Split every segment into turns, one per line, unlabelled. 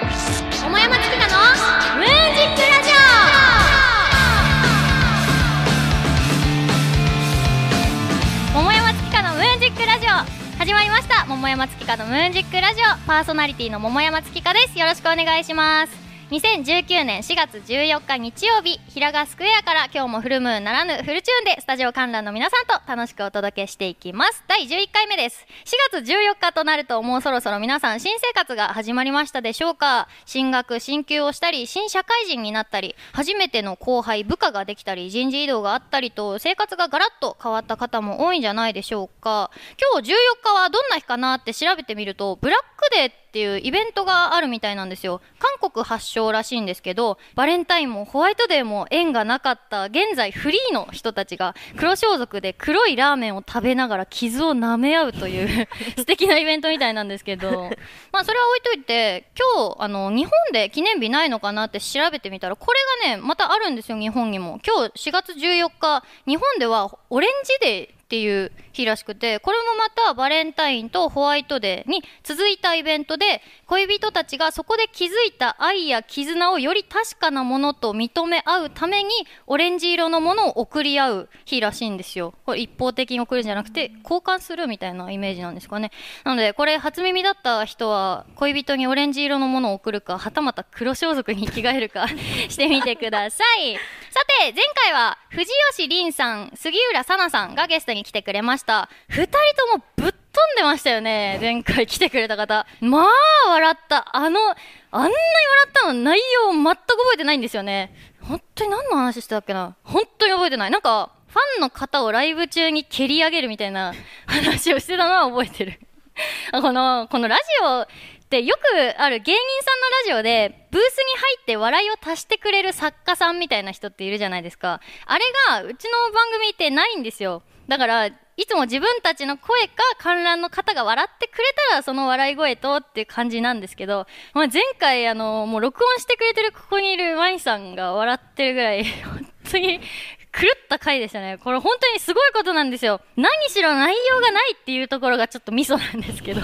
桃山月花のムージックラジオ桃山月花のムージックラジオ始まりました桃山月花のムージックラジオパーソナリティの桃山月花ですよろしくお願いします2019年4月14日日曜日平賀スクエアから今日もフルムーンならぬフルチューンでスタジオ観覧の皆さんと楽しくお届けしていきます第11回目です4月14日となるともうそろそろ皆さん新生活が始まりましたでしょうか進学進級をしたり新社会人になったり初めての後輩部下ができたり人事異動があったりと生活がガラッと変わった方も多いんじゃないでしょうか今日14日はどんな日かなって調べてみるとブラックデーっていうイベントがあるみたいなんですよ韓国発祥らしいんですけどバレンタインもホワイトデーも縁がなかった現在フリーの人たちが黒装束で黒いラーメンを食べながら傷を舐め合うという素敵なイベントみたいなんですけどまあそれは置いといて今日あの日本で記念日ないのかなって調べてみたらこれがねまたあるんですよ日本にも今日4月14日日本ではオレンジデーっていう日らしくてこれもまたバレンタインとホワイトデーに続いたイベントで恋人たちがそこで築いた愛や絆をより確かなものと認め合うためにオレンジ色のものを贈り合う日らしいんですよこれ一方的に贈るんじゃなくて交換するみたいなイメージなんですかねなのでこれ初耳だった人は恋人にオレンジ色のものを贈るかはたまた黒装束に着替えるか してみてくださいさて前回は藤吉凛さん杉浦紗奈さんがゲストに来てくれました2人ともぶっ飛んでましたよね前回来てくれた方まあ笑ったあのあんなに笑ったの内容を全く覚えてないんですよね本当に何の話してたっけな本当に覚えてないなんかファンの方をライブ中に蹴り上げるみたいな話をしてたのは覚えてるあこの、このラジオってよくある芸人さんのラジオで、ブースに入って笑いを足してくれる作家さんみたいな人っているじゃないですか。あれが、うちの番組ってないんですよ。だから、いつも自分たちの声か観覧の方が笑ってくれたらその笑い声とっていう感じなんですけど、まあ、前回あのもう録音してくれてるここにいるワインさんが笑ってるぐらい 本当に狂った回でしたね。これ本当にすごいことなんですよ。何しろ内容がないっていうところがちょっとミソなんですけど。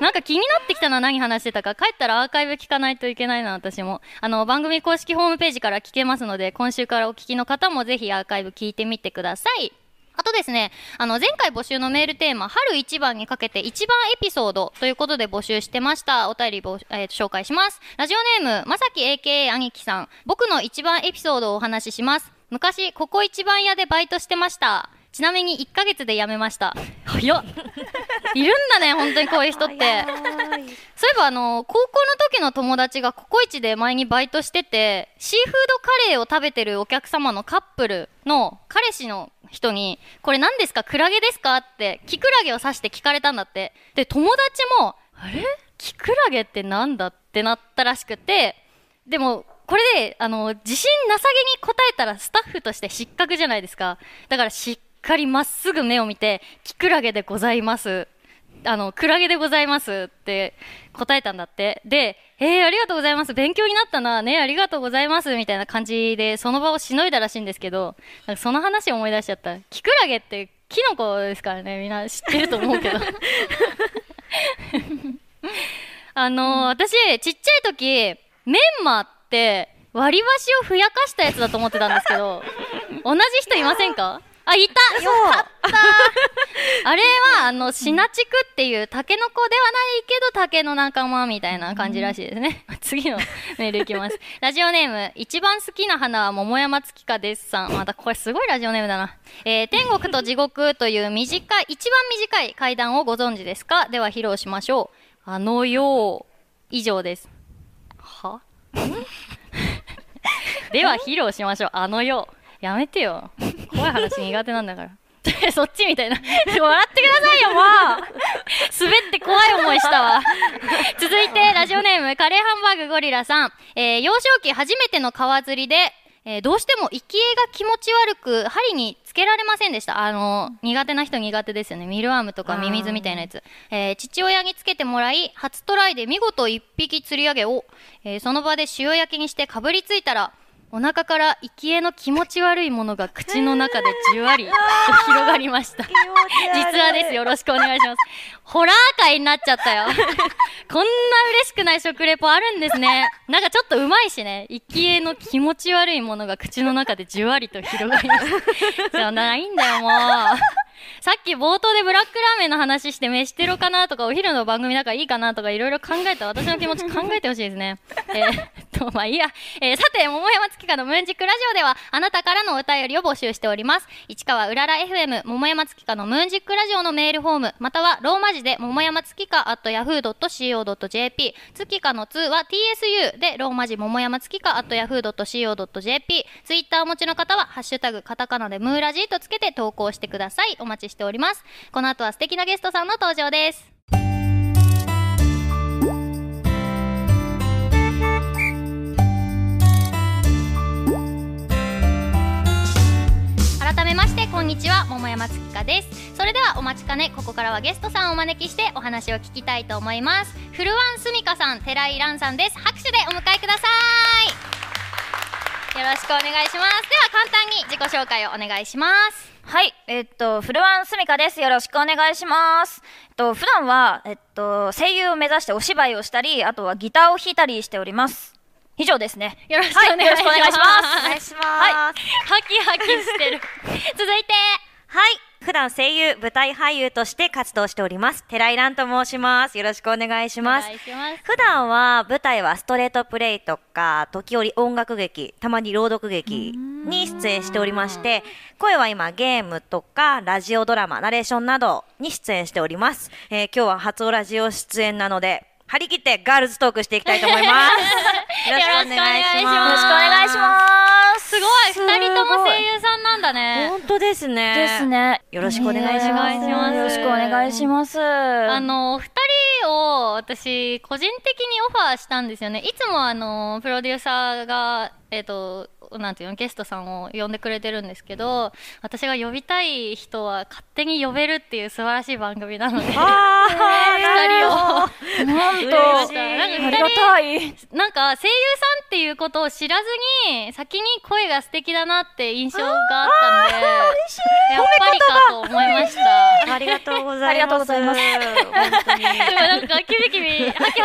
なんか気になってきたのは何話してたか。帰ったらアーカイブ聞かないといけないな、私も。あの、番組公式ホームページから聞けますので、今週からお聞きの方もぜひアーカイブ聞いてみてください。あとですね、あの、前回募集のメールテーマ、春一番にかけて一番エピソードということで募集してました。お便りぼ、えー紹介します。ラジオネーム、まさき AKA 兄貴さん。僕の一番エピソードをお話しします。昔、ここ一番屋でバイトしてました。ちなみに1ヶ月で辞めました。早っ。 いるんだね、本当にこういう人って。 そういえばあの高校の時の友達がココイチで前にバイトしててシーフードカレーを食べてるお客様のカップルの彼氏の人に「これ何ですかクラゲですか?」ってキクラゲを指して聞かれたんだってで友達も「あれキクラゲってなんだ?」ってなったらしくてでもこれであの自信なさげに答えたらスタッフとして失格じゃないですかだからしっかりまっすぐ目を見て「キクラゲでございます」あの、クラゲでございますって答えたんだって。で、えー、ありがとうございます。勉強になったな。ね、ありがとうございます。みたいな感じで、その場をしのいだらしいんですけど、なんかその話を思い出しちゃった。キクラゲってキノコですからね、みんな知ってると思うけど。 あのー私、ちっちゃい時、メンマって割り箸をふやかしたやつだと思ってたんですけど、同じ人いませんかあ、いたよかったあれは、あの、シナチクっていう、タケノコではないけど、タケの仲間みたいな感じらしいですね。 次のメールいきます。ラジオネーム、一番好きな花は桃山月花ですさん。またこれすごいラジオネームだな。えー、天国と地獄という短い、一番短い階段をご存知ですかでは披露しましょう。あのよう。以上です。は では披露しましょう。あのよう。やめてよ。怖い話苦手なんだから。 そっちみたいな。笑ってくださいよ、もう滑って怖い思いしたわ。続いて、ラジオネーム、カレーハンバーグゴリラさん。えー幼少期初めての川釣りで、えーどうしても生き餌が気持ち悪く、針につけられませんでした。あの、苦手な人苦手ですよね。ミルアームとかミミズみたいなやつ。えー父親につけてもらい、初トライで見事一匹釣り上げを、えーその場で塩焼きにしてかぶりついたら、お腹から生きの気持ち悪いものが口の中でじゅわり と広がりました。実はです。よろしくお願いします。ホラー界になっちゃったよ。こん な嬉しくない食レポあるんですね。なんかちょっとうまいしね。生き絵の気持ち悪いものが口の中でじゅわりと広がります。じゃないんだよ、もう。さっき冒頭でブラックラーメンの話して飯テロかなとかお昼の番組だからいいかなとかいろいろ考えた私の気持ち考えてほしいですね。えー、っと、まあいいや。えーさて、桃山月花のムーンジックラジオではあなたからのお便りを募集しております。市川うらら FM 桃山月花のムーンジックラジオのメールフォームまたはローマ字で桃山月花 at yahoo.co.jp 月花の2は tsu でローマ字桃山月花 at yahoo.co.jp ツイッターお持ちの方はハッシュタグカタカナでムーラジーとつけて投稿してください。お待ちしております。この後は素敵なゲストさんの登場です。改めましてこんにちは桃山月香ですそれではお待ちかねここからはゲストさんをお招きしてお話を聞きたいと思いますフルワンスミカさん寺井蘭さんです拍手でお迎えくださいよろしくお願いしますでは簡単に自己紹介をお願いします
はい、えっと、フルワンスミカです。よろしくお願いします。えっと、普段は、えっと、声優を目指してお芝居をしたり、あとはギターを弾いたりしております。以上ですね。
よろしくお願いします、
はいよろしくお
お願いします。
は
はい
ハキハキしてる 続いて
い。普段声優、舞台俳優として活動しております。寺井蘭と申します。よろしくお願いし
お
ます。
願いします
普段は舞台はストレートプレイとか時折音楽劇たまに朗読劇に出演しておりまして声は今ゲームとかラジオドラマナレーションなどに出演しております、えー今日は初オラジオ出演なので張り切ってガールズトークしていきたいと思いますよろしくお願いします
よ
よろしくお願いします。
すごい
すごい
二人とも声優さんなんだね
本当ですね
ですね。
よろしくお願いします
お願いします
よろしくお願いします。
あ
あ、
のお二人を私個人的にオファーしたんですよねいつもあのプロデューサーがえっ、となんていうのゲストさんを呼んでくれてるんですけど私が呼びたい人は勝手に呼べるっていう素晴らしい番組なので二人
あー
を
なんと、
嬉しい
ありがたい。
なんか声優さんっていうことを知らずに先に声が素敵だなって印象があったんでやっぱりかと思いました。
ありがとうございます
ありがとうございます
本当に
でもなんかキビキビハキハキして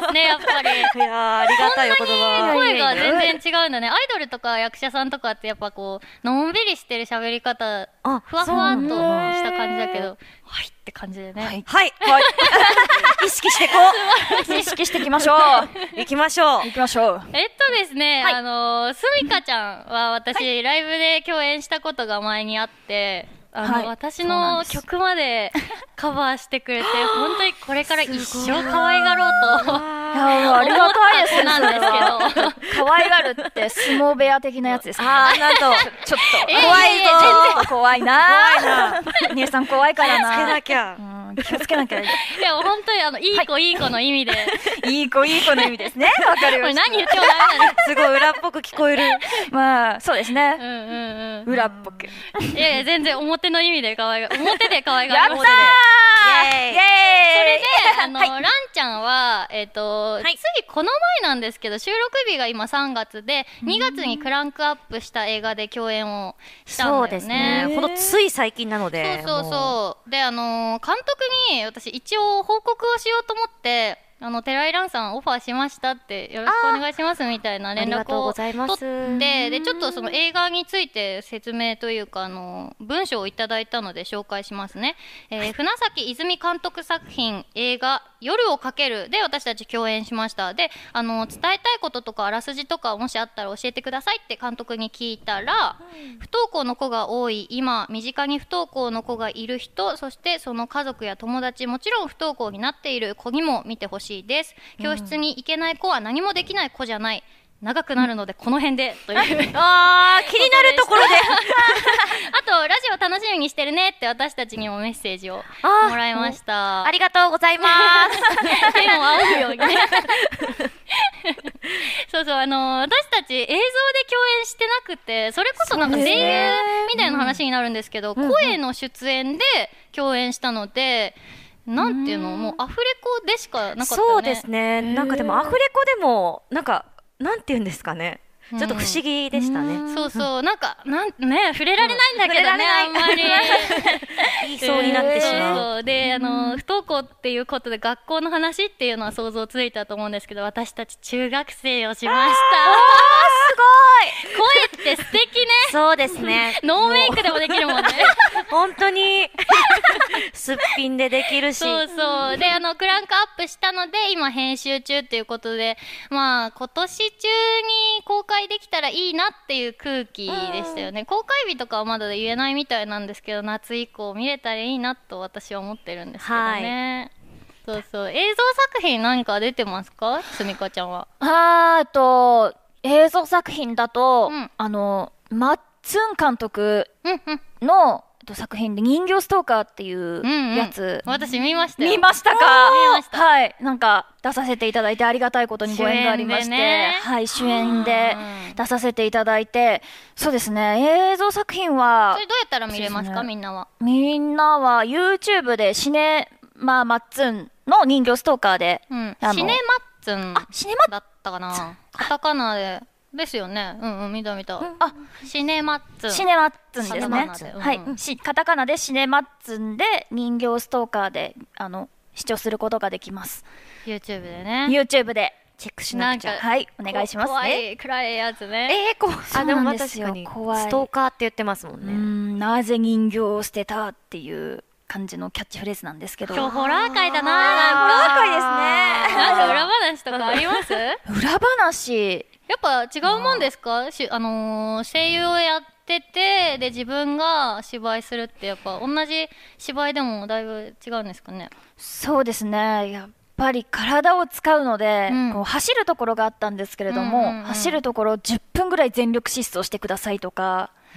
ますねやっぱり。
いやーありがたいお言葉
声が全然違うんだねアイドルとか役者さんとかってやっぱこうのんびりしてる喋り方
あ
ふわふわっとした感じだけどはいって感じでね、
はい
はい、はい、意識していこ
意識していきましょう。
う行きましょう
行きましょう。
えっとですね、
はい
あのすみかちゃんは私、ライブで共演したことが前にあってあの、
はい
私
そうなん
の
です
曲まで カバーしてく れて本当にこれから一生可愛がろうと
いやもう ありがたいですね。
思った子なんですけど
けど。可愛がるって相撲部屋的なやつですか、
あーなんと
ちょっと
いやいや
怖
い
い
や
ぞ。ちょっと怖いな。
な
姉さん怖いから
つけ
な。
なきゃ
うん気をつけなきゃ。
いや本当にあのいい子、い、い子の意味 でこ
いい子いい子の意味ですね。わかるよ
れ。何言ってもダメだね
すごい裏っぽく聞こえる
まあそうです
う
ね。
んうんうん
裏っぽく。
いやいや、全然表の意味で可 愛が、表で可愛が
やっ
り
た
ま
ー
す。
イエーイ
それで
イエーイ。、
あの、ランちゃんは、えっ、と、ついこの前なんですけど、収録日が今3月で、2月にクランクアップした映画で共演をしたんだよね。
ほんとつい最近なので
そうそう
も
そう。で、あのー監督に私一応報告をしようと思って、あの、寺井蘭さんオファーしましたって、よろしくお願いしますみたいな連
ありが
絡
とう
を
ござい
取
ます
って、で、ちょっとその映画について説明というか、あのー文章をいただいたので紹介しますね。えー船崎泉監督作品映画夜をかけるで私たち共演しました。で、あのー伝えたいこととかあらすじとかもしあったら教えてくださいって監督に聞いたら、不登校の子が多い今身近に不登校の子がいる人そしてその家族や友達もちろん不登校になっている子にも見てほしいです教室に行けない子は何もできない子じゃない長くなるのでこの辺でという あと
あー気になるところで
ラジオ楽しみにしてるねって私たちにもメッセージを
あー
もらいました
ありがとうございます
手も仰ぐように ねそうそうあのー私たち映像で共演してなくてそれこそなんか
そう
声
ですね
優みたいな話になるんですけど、声の出演で共演したので、なんていうのもうアフレコでしかなかったよね
そうですねなんかでもアフレコでもなんかなんて言うんですかねちょっと不思議でしたね。
そうそう、なんか、なんね、触れられないんだけどね、あんまり。
言いそうになってし
そう
まう。
そうで、あの、不登校っていうことで学校の話っていうのは想像ついたと思うんですけど、私たち中学生をしました。声って素敵ね。
そうですね。
ノーメイクでもできるもんね。
本当にすっぴんでできるし。
そうそう。で、あの、クランクアップしたので、今編集中っていうことで、まあ、今年中に公開できたらいいなっていう空気でしたよね。公開日とかはまだ言えないみたいなんですけど、夏以降見れたらいいなと私は思ってるんですけどね。そうそう。映像作品何か出てますかすみかちゃんは。
あーえっと、映像作品だと、
うん
あの、マッツン監督
うんうん。
の、えっと、作品で人形ストーカーってい
うんうん
うやつ、
私見ましたよ。
見ましたか
おー見ました
はい。なんか、出させていただいてありがたいことにご縁がありまし
主演
て、
でね
はい、主演で
うん
出させていただいて、そうですね、映像作品は
それ、どうやったら見れます
そ
か
うで
み
すね
んなは。
みんなは YouTube でシネママッツンの人形ストーカーで、
うん
あ。の
シネマッツン。
あ、シネマ
だったかな。カタカナで。ですよね。うんうん、見た見た。
あ、
シネマッツン。
シネマッツン
カ
です
タカ
ね
ナで。
はい
うんう、ん
しカタカナでシネマッツンで人形ストーカーであの視聴することができます。
YouTube でね。
YouTube でチェックしなくちゃ。
なんか
はい、お願いします
怖
ね。
い、暗いやつね。
えー、こう
そうなんですよ
あでもまあ確かに
怖い
ストーカーって言ってますもん
うー
ね。
ん、なぜ人形を捨てたっていう感じのキャッチフレーズなんですけど。
今日ホラー会だな。
あーホラー
なんか
会ですね
なんか裏話とかありますや
裏話。
っぱ違うもんですかしあのー声優をやってて、で、自分が芝居するって、やっぱ同じ芝居でもだいぶ違うんですかね。
そうですね。やっぱり体を使うので、
うん
こう走るところがあったんですけれど
うん
も、
うんうん
走るところ10分ぐらい全力疾走してくださいとか、
へ
やっぱあの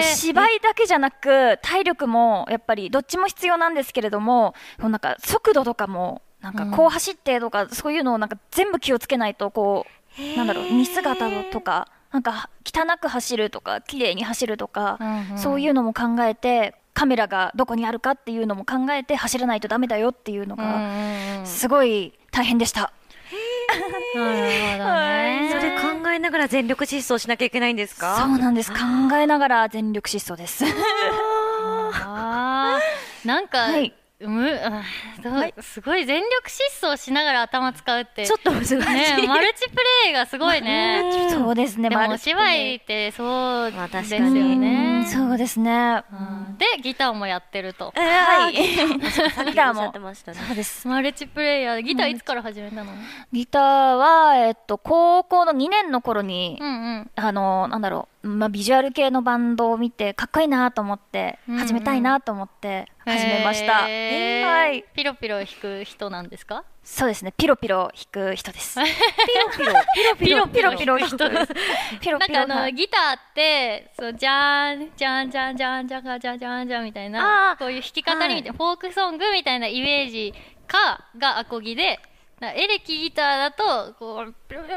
ー。
芝居だけじゃなく体力もやっぱりどっちも必要なんですけれどもこうなんか速度とかもなんかこう走ってとかそういうのをなんか全部気をつけないとこうなんだろう似姿とかなんか汚く走るとか綺麗に走るとかそういうのも考えてカメラがどこにあるかっていうのも考えて走らないとダメだよっていうの
うんうん
が
うん
すごい大変でした。
なるほど
は
ね。
い
それ考えながら全力疾走しなきゃいけないんです
そ
か
うなんです考えながら全力疾走 です。
あーなんか、
はい
むあーどう
はい
すごい全力疾走しながら頭使うって
ちょっと難しい。
ね、マルチプレイがすごいね。
そうですね。
で
ま
も
あ
お芝居ってそう
まあ
で
確
すよ
かに
ね。
そうですね。
うんでギターもやってると。
は
はいい。
ギ
ギ
タ
タ
ー
ー
も。
も
ましたね。
そうです。
マルチプレイヤーギターいつから始めたの？
ギターは、えっと、高校の2年の頃に、
うんうん。
あの、なんだろう、まあ、ビジュアル系のバンドを見て、かっこいいなと思って、
うんうん
始めたいなと思って、始めました。
へー
はい。
ピロピロ弾く人なんですか？
そうですね、ピロピロ弾く 人です。
ピロピ
ピ
ロ。
ロピロ
ピロピロ弾く人です。ピロ
なん
ピ
か
ロ
あの
弾く。
ギターってそうじゃーんじゃんじゃんじゃんじゃんじゃんじゃんじゃんじゃんみたい
あ
な
ー
こういう弾き語りみたいな、フォークソングみたいなイメージかがアコギでなエレキギターだとこうピロピロピロって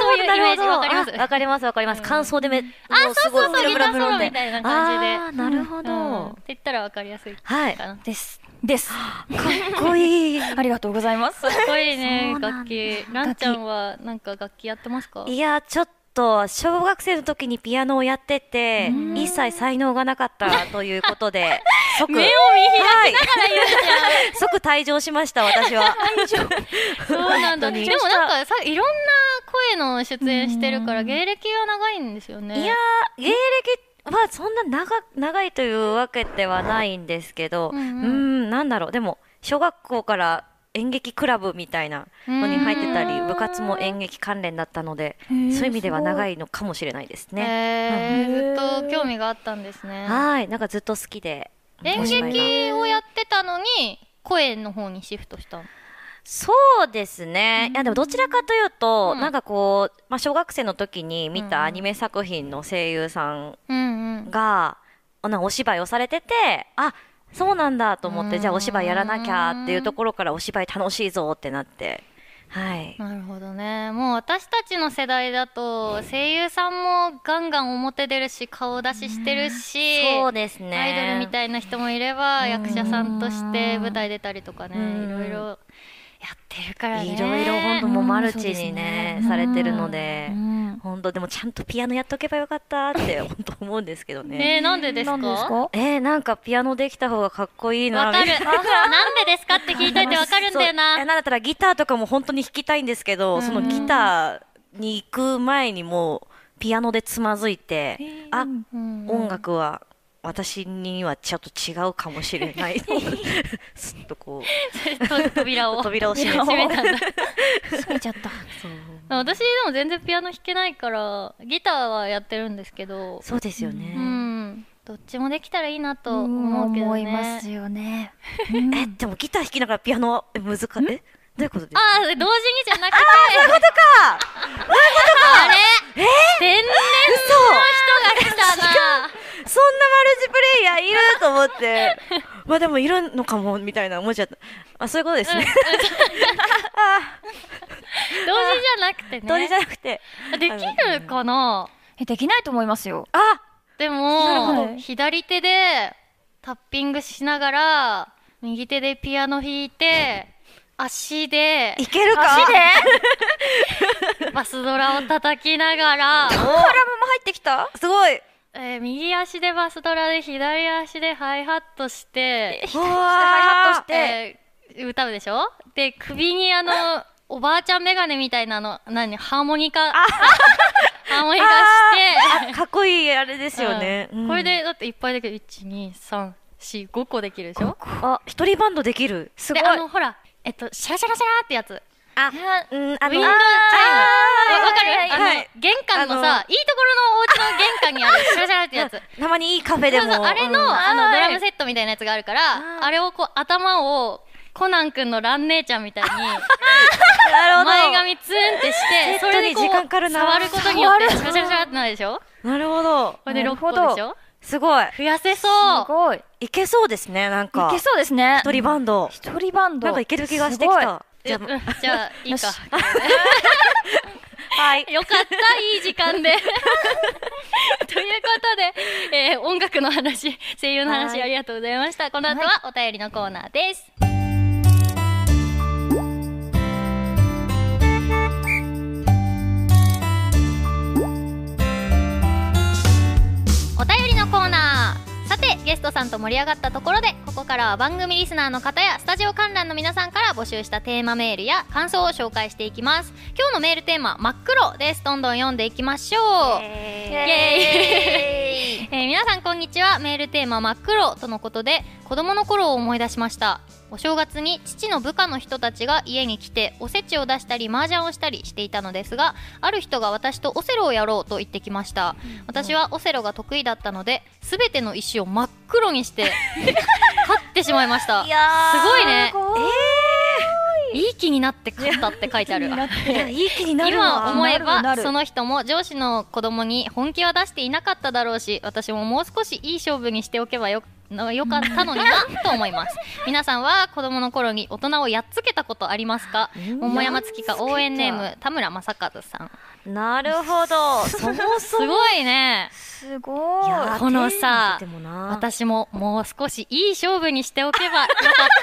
そういうイメージわかります
あわかりますわかります。感想でめ、も
そうそうそう
すごいブラブラブラって
ギターソロみたいな感じで
あーなるほ
うんっ
ど
て。言ったらわかりやすいかな、
はい
かっ
です。です。か
かっこいい。
ありがとうござい ます。
こいいね
そうなん
楽
だ
器ランちゃんはなんか楽器やってますか
いや、ちょっと、小学生の時にピアノをやってて、一切才能がなかったということで、即、
目を見
開きながら言うじゃん。 即退場しました、私は。
そうなんだで
本当
も
に
なんかさいろんな声の出演してるから芸歴が長いんですよね
いやー、芸歴はそんな長長いというわけではないんですけど、
う
うんん,、
うん
なんだろう、でも、小学校から演劇クラブみたいなのに入ってたり、
うん
部活も演劇関連だったので、そう
ー
いう意味では長いのかもしれないですね。
へー
うん
ずっと興味があったんですね。
はい、なんかずっと好きで。
演
お芝居が
劇をやってたのに声の方にシフトしたの。
そうですね。いや、でもどちらかというと、
うん
なんかこう、まあ、小学生の時に見
うん
たアニメ作品の声優さん
うんうん。
が、あなんかお芝居をされてて、あ、そうなんだと思っ
う
て、
ん
じゃあお芝居やらなきゃっていうところからお芝居楽しいぞってなって。はい。
なるほどね。もう私たちの世代だと声優さんもガンガン表出るし顔出ししてるし、
そうですね。
アイドルみたいな人もいれば役者さんとして舞台出たりとかね、
うん
いろいろやってるからね。
いろいろ本当もうマルチにね、
うん
されてるので
う。んうん
本当でもちゃんとピアノやっとけばよかったって本当思うんですけどね。
ねえなんでですか
なんですか
えー、なんかピアノできた方がかっこいいな
わか
み
る
たいな
なんでですかって聞いといてわかるんだよ
そうえ
な
なんだったらギターとかも本当に弾きたいんですけど、
うん
そのギターに行く前にもうピアノでつまずいて、あ、音楽は私にはちょっと違うかもしれ ないすっとこう
と扉を
扉を閉め
閉めたんだ
閉めちゃ った。
そう
私でも全然ピアノ弾けないからギターはやってるんですけど
そうですよね、
うんどっちもできたらいいなと思うけど
思いま
ね
す よね。
えでもギター弾きながらピアノはえ難かえどういうことですか
ああ同時にじゃなくて
あ
あれ天然の人が来たな
そんなマルチプレイヤーいると思 って、まあでもいるのかもみたいな思っちゃった。あ、そういうことですね。 あ
同時じゃなくてね
ー、通りじゃなくて。
あできるかな
えできないと思いますよ。
あ、
で
なるほ
も
ど
左手でタッピングしながら右手でピアノ弾いて足で
いけるか。
足で？
バスドラを叩きながら、
ドラムも入ってきた？
すごい。
えー右足でバスドラで左足でハイハットして
うわ
で
えー歌うでしょで首にあのおばあちゃんメガネみたいなの何ハーモニカハーモニカし
ーかっこいいあれですよ
て、
ね。うん
これ。でだっていっぱいできる12345個できるでしょ
あ、一人バンドできる。す
であのほらえっとシャラシャラシャラってやつ
あ、うん、あ
ウィンドウチャイム
の、
わわかる、
はいはいはい
あの玄関のさ
あ
いいところのお家の玄関にあるシャラシャラってやつ
たまにいいカフェで
そうそう
も。
あれの,、
うん
あの
はい
ドラムセットみたいなやつがあるから
あ
あ
ー
れをこう頭をコナン君の蘭姉ちゃんみたいに
なるほど。
前髪ツーンってしてそ
セット
れで
に
こう
時間かかるな
触ることによってシャ
触る
ラシャラシャラってなるでしょ
なるほど。
これで
な
6
る
個
ほ
で
ど
しょ
すごい。
増やせそ
す
う
ごい。い
いけそうですね、なんか。
けそうですね。
一人バンド。
一人バンド。
なんかいける気がしてき
すごい。
た。じ
じゃ
ゃ
あじゃあいいか
よし
あ、はい。
よかった、いい時間で。 ということで、えー音楽の話、声優の話
はい
ありがとうございました。この後はお便りのコーナーです。お便りのコーナーさてゲストさんと盛り上がったところでここからは番組リスナーの方やスタジオ観覧の皆さんから募集したテーマメールや感想を紹介していきます今日のメールテーマ「真っ黒」ですどんどん読んでいきましょうイエーイえー皆さんこんにちはメールテーマ「真っ黒」とのことで子供の頃を思い出しましたお正月に父の部下の人たちが家に来ておせちを出したり麻雀をしたりしていたのですがある人が私とオセロをやろうと言ってきました私はオセロが得意だったので全ての石を真っ黒にして 勝ってしまいました
いやー
すごいね
え
いい気になって勝ったって書いてある
いや、いい気になるわ。
今思え
なるな
ば
る
その人も上司の子供に本気は出していなかっただろうし私ももう少しいい勝負にしておけばよ のよかったのになと思い ます皆さんは子供の頃に大人をやっつけたことありますか
うん
桃山月花応援ネーム田村正和さん
なるほど。 そも
す
そも。
ごいね
すごい。
いやー
このさ
手に入れてもな
私ももう少しいい勝負にしておけばよかっ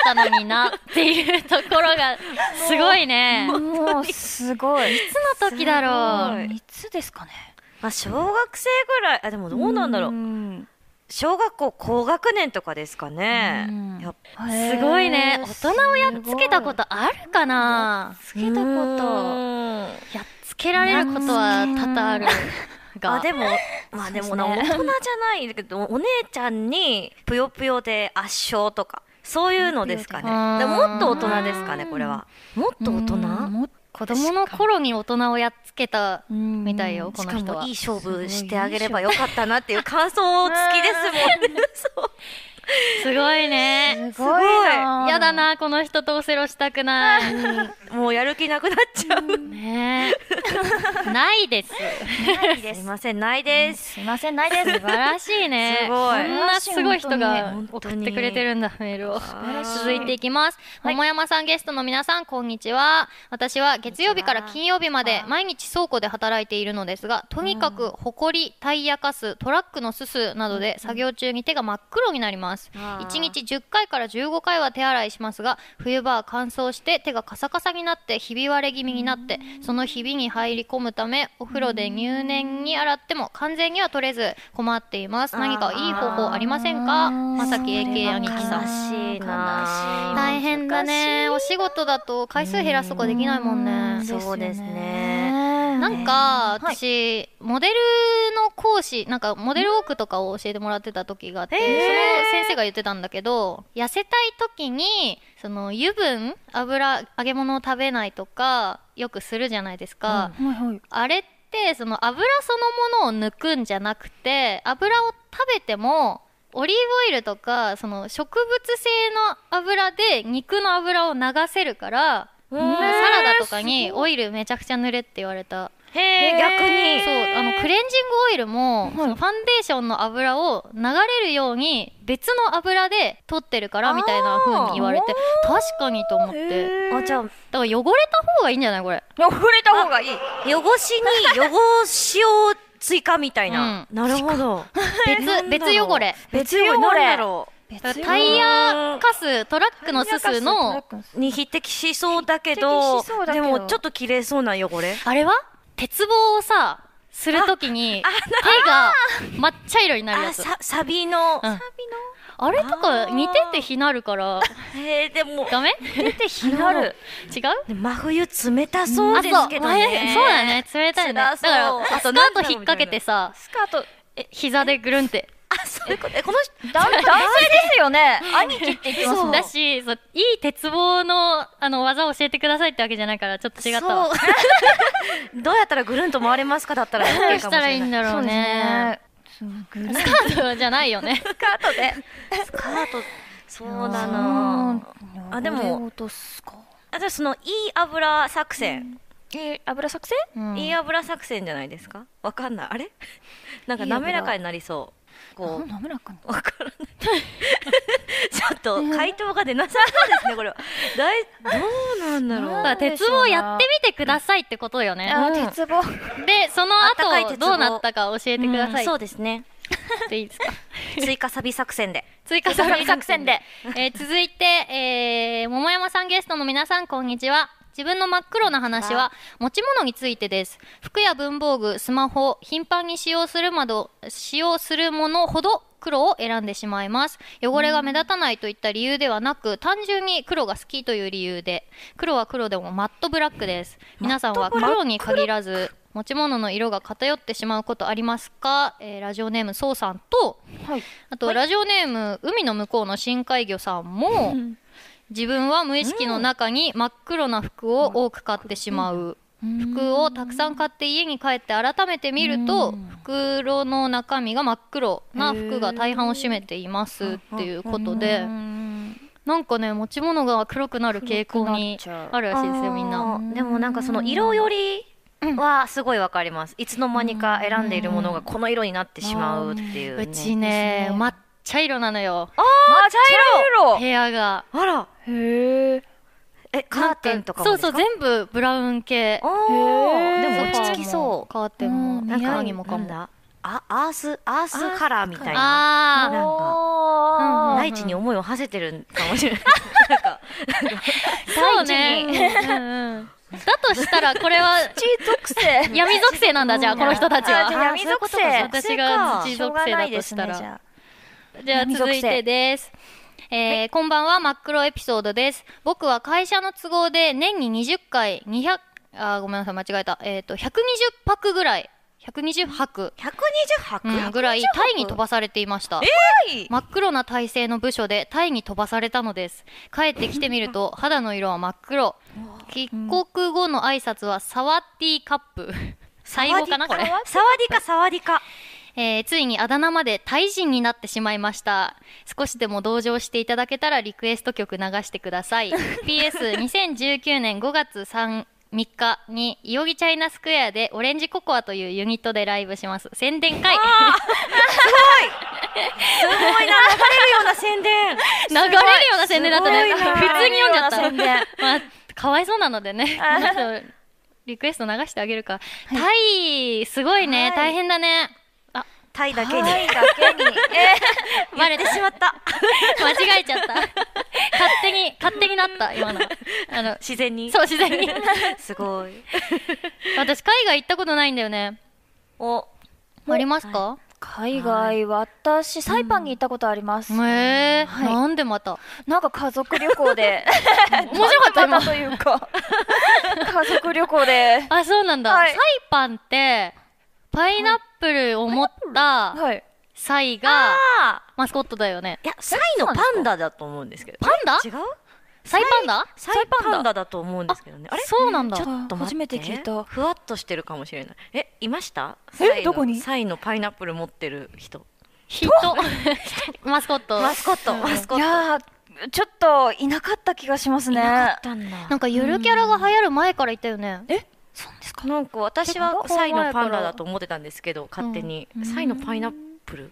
たのになっていうところ がすごいねい
もうすごい。い
つの時だろう
いつですかね。
まあ、小学生ぐらい、あ、でもどうなんだろう。
ん
小学校高学年とかですかね
うん。
やっ
へ
す
ー
ごいね大人をやっつけたことあるかな
つ
けたこと
やっつけられることは多々 あるが
あ、でも、まあでもな、
そう
大
で
人じゃないけど、お姉ちゃんに、ぷよぷよで圧勝とか、そういうのですかね。
ぷよぷよで
でもっと大人ですかね、これは。もっと大人
うんもっ
子供の頃に大人をやっつけた
うん
みたいよこ
し
の
か
人
も
はい
い勝負してあげればよかったなっていう感想付きですもんね。そう
すごいね
すごいな。
やだ。なこの人とオセロしたくない
もうやる気なくなっちゃう。
ねえないです
すいません、ないです。
すいませんないで
素
す。
晴らしいね
すごい
こんなすごい人が
本当
送
に
ってくれてるんだメールを
晴らしい
続いていきます、
はい
桃山さんゲストの皆さんこんにちは私は月曜日から金曜日まで毎日倉庫で働いているのですがとにかくほこりタイヤカストラックのすすなどで作業中に手が真っ黒になります
あー
1日10回から15回は手洗いしますが冬場は乾燥して手がカサカサにになってひび割れ気味になってそのひびに入り込むためお風呂で入念に洗っても完全には取れず困っています
あー
何かいい方法ありませんかまさき AK 兄貴さん
ん
悲しい
悲しい
な
大変だねお仕事だと回数減らすとかできないもんね
んそうですね
な
なん
か
はい
私、モデルの講師なんかモデルウォークとかを教えてもらってた時があって
へー
それ先生が言ってたんだけど痩せたい時にその油分油揚げ物を食べないとかよくするじゃないですか、
はいはい
あれってその油そのものを抜くんじゃなくて油を食べてもオリーブオイルとかその植物性の油で肉の油を流せるから
うん
サラダとかにオイルめちゃくちゃ塗れって言われた
へえ逆に
そうあのクレンジングオイルも、そのファンデーションの油を流れるように別の油で取ってるからみたいな風に言われて確かにと思って
あじゃあ
だから汚れた方がいいんじゃないこれ
触れた方がいい
汚しに汚しを追加みたいな、
う
なるほど
別別汚れ
別汚れなんだろ
だからタイヤカストラックのすすの
うに匹敵しそうだけど
匹敵しそうだけ
で
ど
もちょっと綺麗そうな汚れ
あれは鉄棒をさするときに手が抹茶色になるや
あ
つ
さサビの、
うんあれとか似てて非なるから
へえでも
ダメ
出てひなる
違う
真冬冷たそうですけど
あそう
ね
そうだね冷たいねだ
辛
か
そう
ら
あ
スカ
と
ー
なんだ
ト
ろう
引っ掛けてさ
スカート
え膝でぐるんって
あそういうことえこの人
だ 男性ですよね兄貴って言ってますもん
だしそういい鉄棒のあの技を教えてくださいってわけじゃないからちょっと違ったわ
そう どうやったらぐるんと回れますかだったら OK か
ど
も
う
し
した
れな
らい
い
いんだろうね
そうですね
スカートじゃないよね
スカートでスカートそうだなあでも
汚れ落とすか
あじゃあそのいい油作戦、
え油作戦
うん
いい油作戦じゃないですかわかんない あれなんか滑らかになりそうこう
滑らかに
わからない ちょっと回答が出なさそうですねこれはだいどうなんだろ
だ
う
から鉄棒やってみてくださいってことよね、
あ
うん
鉄棒
でその
あったかい
後
鉄棒
どうなったか教えてください
うんそ
っ
うですね
ていいですか
追加サビ作戦で
追加 作作戦で、えー続いて、えー桃山さんゲストの皆さんこんにちは自分の真っ黒な話は持ち物についてです服や文房具スマホ頻繁に使用するまど使用するものほど黒を選んでしまいます汚れが目立たないといった理由ではなく単純に黒が好きという理由で黒は黒でもマットブラックです皆さんは黒に限らず持ち物の色が偏ってしまうことありますか、えーラジオネームそうさんと
はい
あと、ラジオネーム海の向こうの深海魚さんも自分は無意識の中に真っ黒な服を多く買ってしまう服をたくさん買って家に帰って改めて見ると袋の中身が真っ黒な服が大半を占めていますっていうことでなんかね持ち物が黒くなる傾向にあるらしいですよみん
あ
な。
ーでもなんかその色よりはすごいわかりますいつの間にか選んでいるものがこの色になってしまうっていう、ね、
うちね抹茶色なのよ
あ茶色
部屋が。
あら
へえ
えカーテンとかも
そ
で
う
す
そう
か
全部ブラウン系。
お
へ
ー
ー
でも落ち着きそう
変わっても
うん
なんか何
な
も
ん
か
かな
も
んだあアースアースカラーみたいな
あ
なん
あー
か大地に思いを馳せてるんかもしれないなんか
そうねうんうんだとしたらこれは
土属性
闇属性なんだじゃあこの人たち
あじゃ
は
あ闇属性
私が土
しょう
属
が
性
な
だ
いで
とし
す
た
ね
ら
じゃ
じゃあ続いてです。えーこんばんは、真っ黒エピソードです。僕は会社の都合で年に20回、200、あー、ごめんなさい、間違えた。えっ、と、120泊ぐらい、120泊、
120泊、
うん、ぐらいタイに飛ばされていました。
い
真っ黒な体勢の部署でタイに飛ばされたのです帰ってきてみると肌の色は真っ黒帰国後の挨拶はサワティーカップ 最後かなこれ、
サワディかサワディか
えーついにあだ名までタイ人になってしまいました少しでも同情していただけたらリクエスト曲流してください PS2019 年5月3 3日に代々木チャイナスクエアでオレンジココアというユニットでライブします宣伝会
すごいな流れるような宣
流
伝
れるような宣伝だったね
すごいな
普通に読んじゃった
流れるような宣伝
まあ、かわいそうなのでね
あー
ちょっとリクエスト流してあげるか、タイすごいね、
はい
大変だねあ
タイだけに
タイだけに。
バレてしまった 間違えちゃった勝手に勝手になった今のあの
自然に
そう自然に
すごい
私海外行ったことないんだよね
お
ありますか、
海外、私、サイパンに行ったことあります。
へえ、
はい
なんでまた
なんか家族旅行で。
面白かった今
まというか。家族旅 行で。
あそうなんだ、
はい
サイパンってパイナップルを持った
はい。
サイが
ああ
マスコットだよね
いやサイのパンダだと思うんですけど
パンダ
違う
サイパンダ
サイパンダだと思うんですけどねあれ
そうなんだ
ちょっと待って
初めて聞いた
ふわっとしてるかもしれないえいました
え
サイの
どこに
サイのパイナップル持ってる人
人マスコット
マスコット
うん
マスコッ
い
ト
やー、ちょっといなかった気がしますね。
いなかったんだ
なんかゆるキャラが流行る前からいたよね
なんか私は
結構
サイの
前から
パンダだと思ってたんですけど勝手に、
うん
サイのパイナップル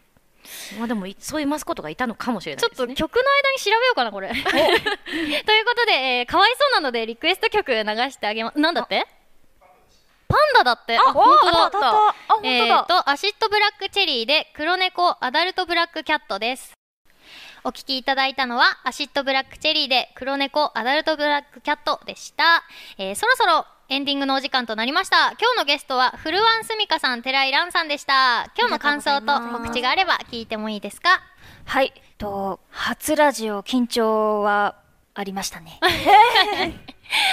まあでもいそういうマスコットがいたのかもしれな
ちょっ
いです
と
ね
曲の間に調べようかなこれという ことで、えー、かわいそうなのでリクエスト曲流してあげますなんだってパンダだってあ
あ
本当だ
あったあったあ本当だ
えー、とアシッドブラックチェリーで黒猫アダルトブラックキャットですお聞きいただいたのはアシッドブラックチェリーで黒猫アダルトブラックキャットでした、えーそろそろエンディングのお時間となりました今日のゲストはフルワンスミカさん寺井蘭さんでした今日の感想と告知があれば聞いてもいいですか
はい。と、初ラジオ緊張はありましたね。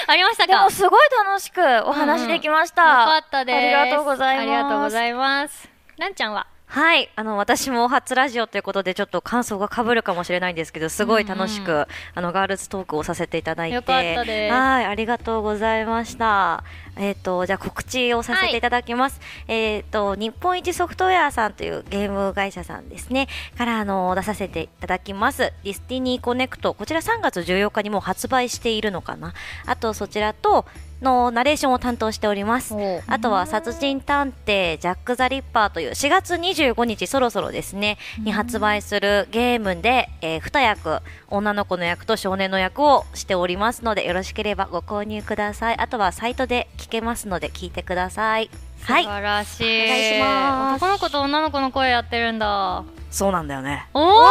ありました
で
か
もすごい楽しくお話できました。
よかったです
ありがとうございます。
ありがとうございますなんちゃんは
はいあの私も初ラジオということでちょっと感想がかぶるかもしれないんですけどすごい楽しく、
うん
あのガールズトークをさせていただいて
よかったです
はいありがとうございましたえっ、とじゃあ告知をさせていただきます、えっ、と日本一ソフトウェアさんというゲーム会社さんですねからあの出させていただきますディスティニーコネクトこちら3月14日にもう発売しているのかなあとそちらとのナレーションを担当しておりますあとは殺人探偵ジャック・ザ・リッパーという4月25日そろそろですねに発売するゲームで、え2役女の子の役と少年の役をしておりますのでよろしければご購入くださいあとはサイトで聞けますので聞いてくださいは
素
い
晴らしい
お願いします
男の子と女の子の声やってるんだ
そうなんだよね
おおか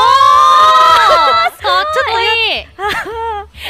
っこいい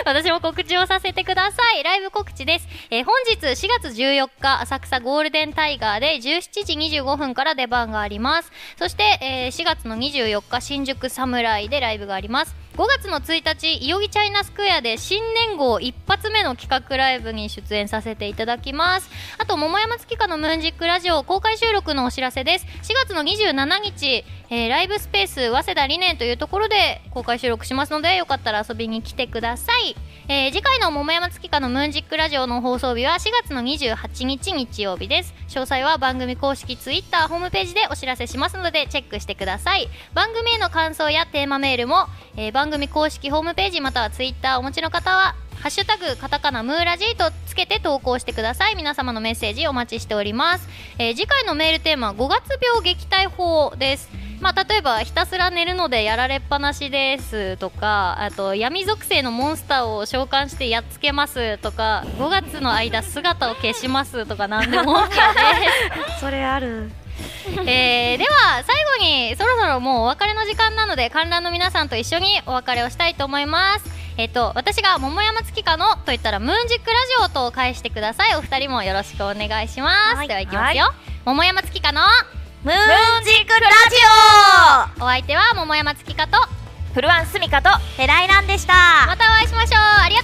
私も告知をさせてくださいライブ告知です、えー本日4月14日浅草ゴールデンタイガーで17時25分から出番がありますそして、えー4月の24日新宿サムライでライブがあります5月の1日代々木チャイナスクエアで新年号一発目の企画ライブに出演させていただきますあと桃山月花のムーンジックラジオ公開収録のお知らせです4月の27日、えーライブスペース早稲田理念というところで公開収録しますのでよかったら遊びに来てください、えー次回の桃山月花のムーンジックラジオの放送日は4月の28日日曜日です詳細は番組公式ツイッターホームページでお知らせしますのでチェックしてください番組への感想やテーマメールも、えー番組公式ホームページまたはツイッターお持ちの方はハッシュタグカタカナムーラジーとつけて投稿してください皆様のメッセージお待ちしております、えー次回のメールテーマは5月病撃退法ですまあ、例えばひたすら寝るのでやられっぱなしですとかあと闇属性のモンスターを召喚してやっつけますとか5月の間姿を消しますとか何でも OK です
それある
えーでは最後にそろそろもうお別れの時間なので観覧の皆さんと一緒にお別れをしたいと思いますえっ、と私が桃山月花のと言ったらムーンジックラジオと返してくださいお二人もよろしくお願いします、
はい
ではいきますよ、桃山月花の
ムーンジックラジ
お相手は桃山月花と
フルワンスミカと
オペライランでした
またお会いしましょうありが